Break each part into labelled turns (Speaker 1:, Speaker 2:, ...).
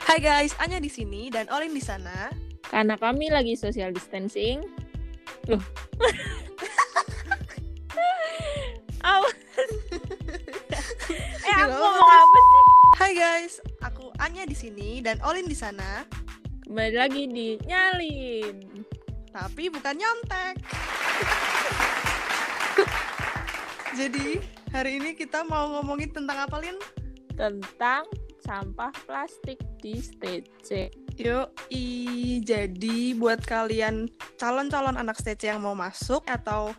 Speaker 1: Hai guys, Anya di sini dan Olin di sana.
Speaker 2: Karena kami lagi social distancing. Loh. apa? eh, aku
Speaker 1: Kenapa
Speaker 2: ngomong apa sih?
Speaker 1: Hai guys, aku Anya di sini dan Olin di sana,
Speaker 2: Kembali lagi di Nyalin.
Speaker 1: tapi bukan nyontek. Jadi, hari ini kita mau ngomongin tentang apa, Lin?
Speaker 2: Tentang sampah plastik di stage. C.
Speaker 1: Yuk, jadi buat kalian calon-calon anak STC yang mau masuk atau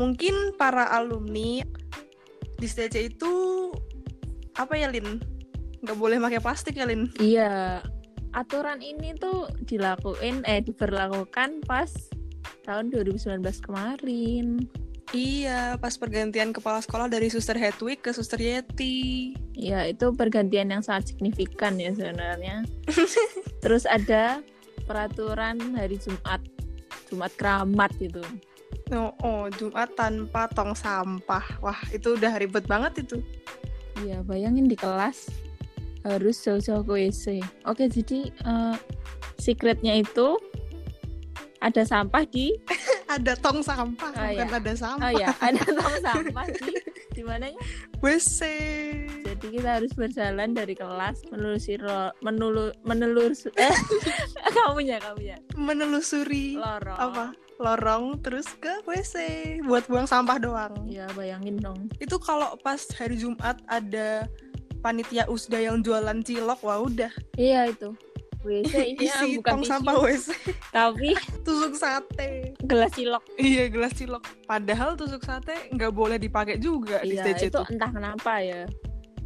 Speaker 1: mungkin para alumni di STC itu apa ya, Lin? Nggak boleh pakai plastik ya, Lin?
Speaker 2: Iya. Aturan ini tuh dilakuin, eh diberlakukan pas tahun 2019 kemarin.
Speaker 1: Iya, pas pergantian kepala sekolah dari Suster Hedwig ke Suster Yeti.
Speaker 2: Ya, itu pergantian yang sangat signifikan ya sebenarnya. Terus ada peraturan hari Jumat, Jumat keramat gitu.
Speaker 1: Oh, oh, Jumat tanpa tong sampah. Wah, itu udah ribet banget itu.
Speaker 2: Iya, bayangin di kelas harus jauh-jauh ke WC. Oke, jadi eh, secretnya itu ada sampah di
Speaker 1: Ada tong sampah,
Speaker 2: Ah,
Speaker 1: bukan
Speaker 2: iya.
Speaker 1: ada sampah.
Speaker 2: oh ya, ada tong sampah di di mana ya?
Speaker 1: WC.
Speaker 2: Jadi kita harus berjalan dari kelas menelusuri ro- menulu menelur eh kamunya kamunya.
Speaker 1: Menelusuri
Speaker 2: Lorong.
Speaker 1: apa? Lorong terus ke WC buat buang sampah doang.
Speaker 2: Iya, bayangin dong.
Speaker 1: Itu kalau pas hari Jumat ada panitia USDA yang jualan cilok, wah udah
Speaker 2: Iya itu. WC
Speaker 1: isi
Speaker 2: isinya Iya, ah, bukan
Speaker 1: tong
Speaker 2: tisu,
Speaker 1: sampah WC,
Speaker 2: tapi
Speaker 1: tusuk sate.
Speaker 2: gelas cilok.
Speaker 1: Iya gelas cilok. Padahal tusuk sate nggak boleh dipakai juga di
Speaker 2: Iya,
Speaker 1: stage
Speaker 2: itu
Speaker 1: itu.
Speaker 2: entah kenapa ya.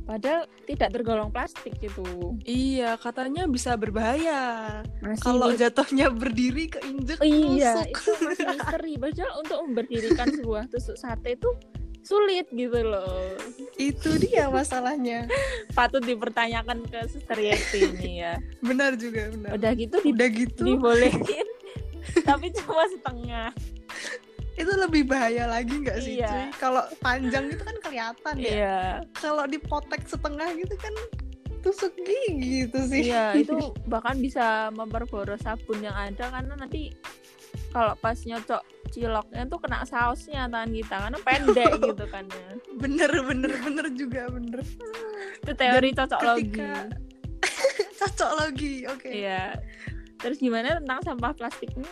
Speaker 2: Padahal tidak tergolong plastik gitu.
Speaker 1: Iya katanya bisa berbahaya.
Speaker 2: Masih
Speaker 1: Kalau
Speaker 2: mis-
Speaker 1: jatuhnya berdiri keinjek
Speaker 2: iya,
Speaker 1: tusuk.
Speaker 2: itu masih misteri. Padahal untuk memberdirikan sebuah tusuk sate itu sulit gitu loh.
Speaker 1: Itu dia masalahnya.
Speaker 2: Patut dipertanyakan ke Suster Yeti ini ya.
Speaker 1: Benar juga benar.
Speaker 2: Udah gitu di
Speaker 1: Udah gitu
Speaker 2: dibolehin. tapi cuma setengah.
Speaker 1: itu lebih bahaya lagi nggak sih
Speaker 2: Iya.
Speaker 1: cuy? Kalau panjang itu kan kelihatan ya.
Speaker 2: Iya.
Speaker 1: Kalau dipotek setengah gitu kan tusuk gigi gitu sih.
Speaker 2: Iya, itu bahkan bisa memperboros sabun yang ada karena nanti kalau pas nyocok ciloknya tuh kena sausnya tangan kita karena pendek gitu kan ya.
Speaker 1: bener bener bener juga bener.
Speaker 2: Itu teori cocok logi.
Speaker 1: Ketika cocok lagi, oke.
Speaker 2: Iya. Terus gimana tentang sampah plastiknya?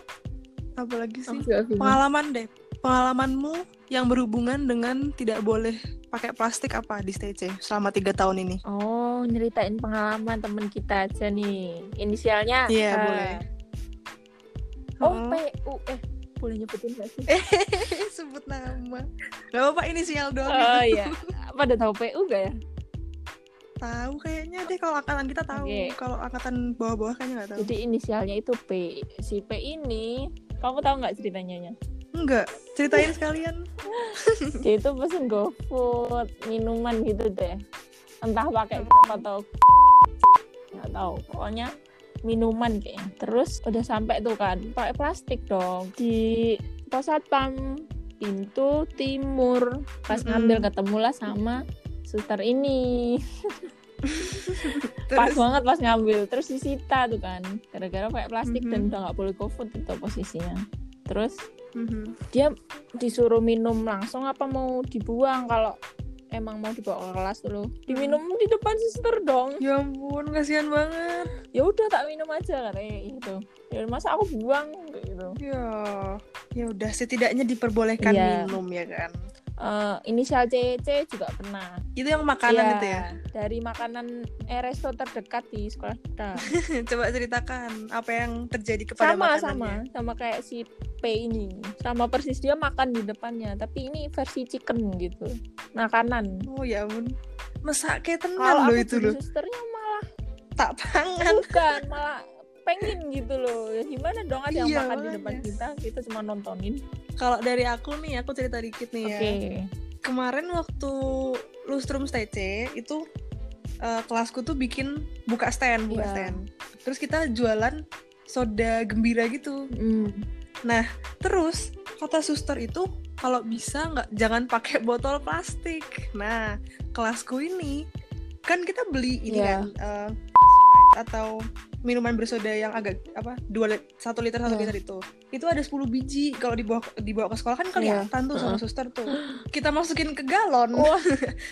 Speaker 1: Apalagi sih?
Speaker 2: Wah,
Speaker 1: pengalaman deh pengalamanmu yang berhubungan dengan tidak boleh pakai plastik apa di STC selama tiga tahun ini
Speaker 2: Oh, nyeritain pengalaman temen kita aja nih. Inisialnya
Speaker 1: Iya,
Speaker 2: K.
Speaker 1: boleh.
Speaker 2: Oh,
Speaker 1: Heeh.
Speaker 2: PU. Eh, boleh nyebutin gak sih?
Speaker 1: sebut nama gak apa inisial doang ya.
Speaker 2: Oh
Speaker 1: itu.
Speaker 2: iya. Pada tahu PU gak ya?
Speaker 1: tahu kayaknya deh kalau angkatan kita tahu
Speaker 2: Oke.
Speaker 1: kalau angkatan bawah-bawah kayaknya nggak tahu
Speaker 2: Jadi inisialnya itu P. Si P ini, kamu tahu nggak ceritanya?
Speaker 1: enggak
Speaker 2: Iya.
Speaker 1: ceritain sekalian
Speaker 2: Dia itu pesen GoFood, minuman gitu deh. Entah pakai apa atau nggak tahu. Pokoknya minuman kayaknya. Terus udah sampai tuh kan, pakai plastik dong di pos satpam pintu timur. Pas
Speaker 1: Mm-mm.
Speaker 2: ngambil ketemulah sama suster ini. Pas
Speaker 1: terus
Speaker 2: banget pas ngambil terus disita tuh kan gara-gara pakai plastik
Speaker 1: Mhm.
Speaker 2: dan udah nggak boleh GoFood itu posisinya terus
Speaker 1: Mhm.
Speaker 2: dia disuruh minum langsung apa mau dibuang kalau emang mau dibawa ke kelas dulu
Speaker 1: Hmm.
Speaker 2: diminum di depan suster dong
Speaker 1: ya ampun kasihan banget
Speaker 2: ya udah tak minum aja katanya gitu ya masa aku buang kayak gitu
Speaker 1: ya ya udah setidaknya diperbolehkan
Speaker 2: Iya.
Speaker 1: minum ya kan
Speaker 2: Eh, inisial CC juga pernah
Speaker 1: itu yang makanan
Speaker 2: Iya,
Speaker 1: itu ya
Speaker 2: dari makanan eh resto terdekat di sekolah kita
Speaker 1: coba ceritakan apa yang terjadi kepada
Speaker 2: sama sama
Speaker 1: makanannya
Speaker 2: sama kayak si P ini sama persis dia makan di depannya tapi ini versi chicken gitu makanan
Speaker 1: Oh ya ampun. Mesake
Speaker 2: kalau
Speaker 1: tenan loh
Speaker 2: aku
Speaker 1: itu
Speaker 2: jadi
Speaker 1: loh.
Speaker 2: susternya malah
Speaker 1: Tak pangan.
Speaker 2: bukan malah pengen gitu loh ya gimana dong ada yang
Speaker 1: Iya,
Speaker 2: makan di depan
Speaker 1: makanya.
Speaker 2: kita kita cuma nontonin
Speaker 1: Kalau dari aku nih, aku cerita dikit nih
Speaker 2: oke
Speaker 1: ya. Kemarin waktu Lustrum STC itu eh, kelasku tuh bikin buka stand, buka
Speaker 2: Iya.
Speaker 1: stand. Terus kita jualan soda gembira gitu.
Speaker 2: Hmm.
Speaker 1: Terus kata suster itu kalau bisa nggak jangan pakai botol plastik. Nah, kelasku ini kan kita beli ini kan
Speaker 2: Iya.
Speaker 1: eh, Sprite atau minuman bersoda yang agak apa dua lit- satu liter satu
Speaker 2: Iya.
Speaker 1: liter itu itu ada 10 biji kalau dibawa dibawa ke sekolah kan kelihatan tuh sama
Speaker 2: Iya. Heeh.
Speaker 1: suster tuh kita masukin ke galon
Speaker 2: Wah.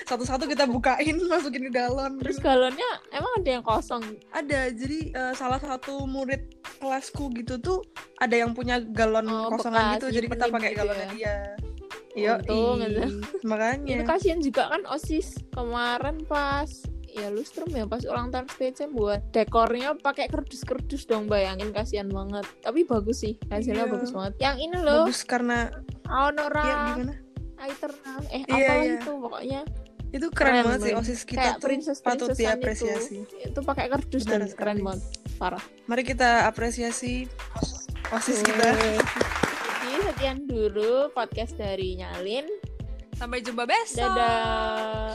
Speaker 1: satu-satu kita bukain masukin ke galon
Speaker 2: Terus galonnya emang ada yang kosong.
Speaker 1: ada jadi eh, salah satu murid kelasku gitu tuh ada yang punya galon
Speaker 2: Oh,
Speaker 1: kosongan
Speaker 2: bekas,
Speaker 1: gitu jadi kita
Speaker 2: nyimpenin
Speaker 1: pakai
Speaker 2: gitu
Speaker 1: galonnya
Speaker 2: ya.
Speaker 1: dia Iya,
Speaker 2: Untung
Speaker 1: ih.
Speaker 2: gitu.
Speaker 1: makanya
Speaker 2: Itu kasihan juga kan OSIS kemarin pas ya lustrum ya pas ulang tahun STC buat dekornya pakai kerdus-kerdus dong bayangin kasihan banget. Tapi bagus sih. Hasilnya
Speaker 1: Iya.
Speaker 2: bagus banget. Yang ini loh,
Speaker 1: bagus karena
Speaker 2: Aonora
Speaker 1: ya gimana
Speaker 2: Aiterna. Eh
Speaker 1: Iya,
Speaker 2: apalah
Speaker 1: iya.
Speaker 2: itu pokoknya
Speaker 1: itu keren,
Speaker 2: Keren
Speaker 1: banget sih
Speaker 2: banget.
Speaker 1: osis
Speaker 2: kayak
Speaker 1: kita tuh
Speaker 2: princess
Speaker 1: patut
Speaker 2: princessan
Speaker 1: diapresiasi
Speaker 2: Itu, itu pakai kerdus
Speaker 1: Benar
Speaker 2: dan keren
Speaker 1: sekali.
Speaker 2: banget. Parah.
Speaker 1: mari kita apresiasi osis kita
Speaker 2: Oke. Jadi sekian dulu podcast dari Nyalin.
Speaker 1: sampai jumpa besok
Speaker 2: Dadah.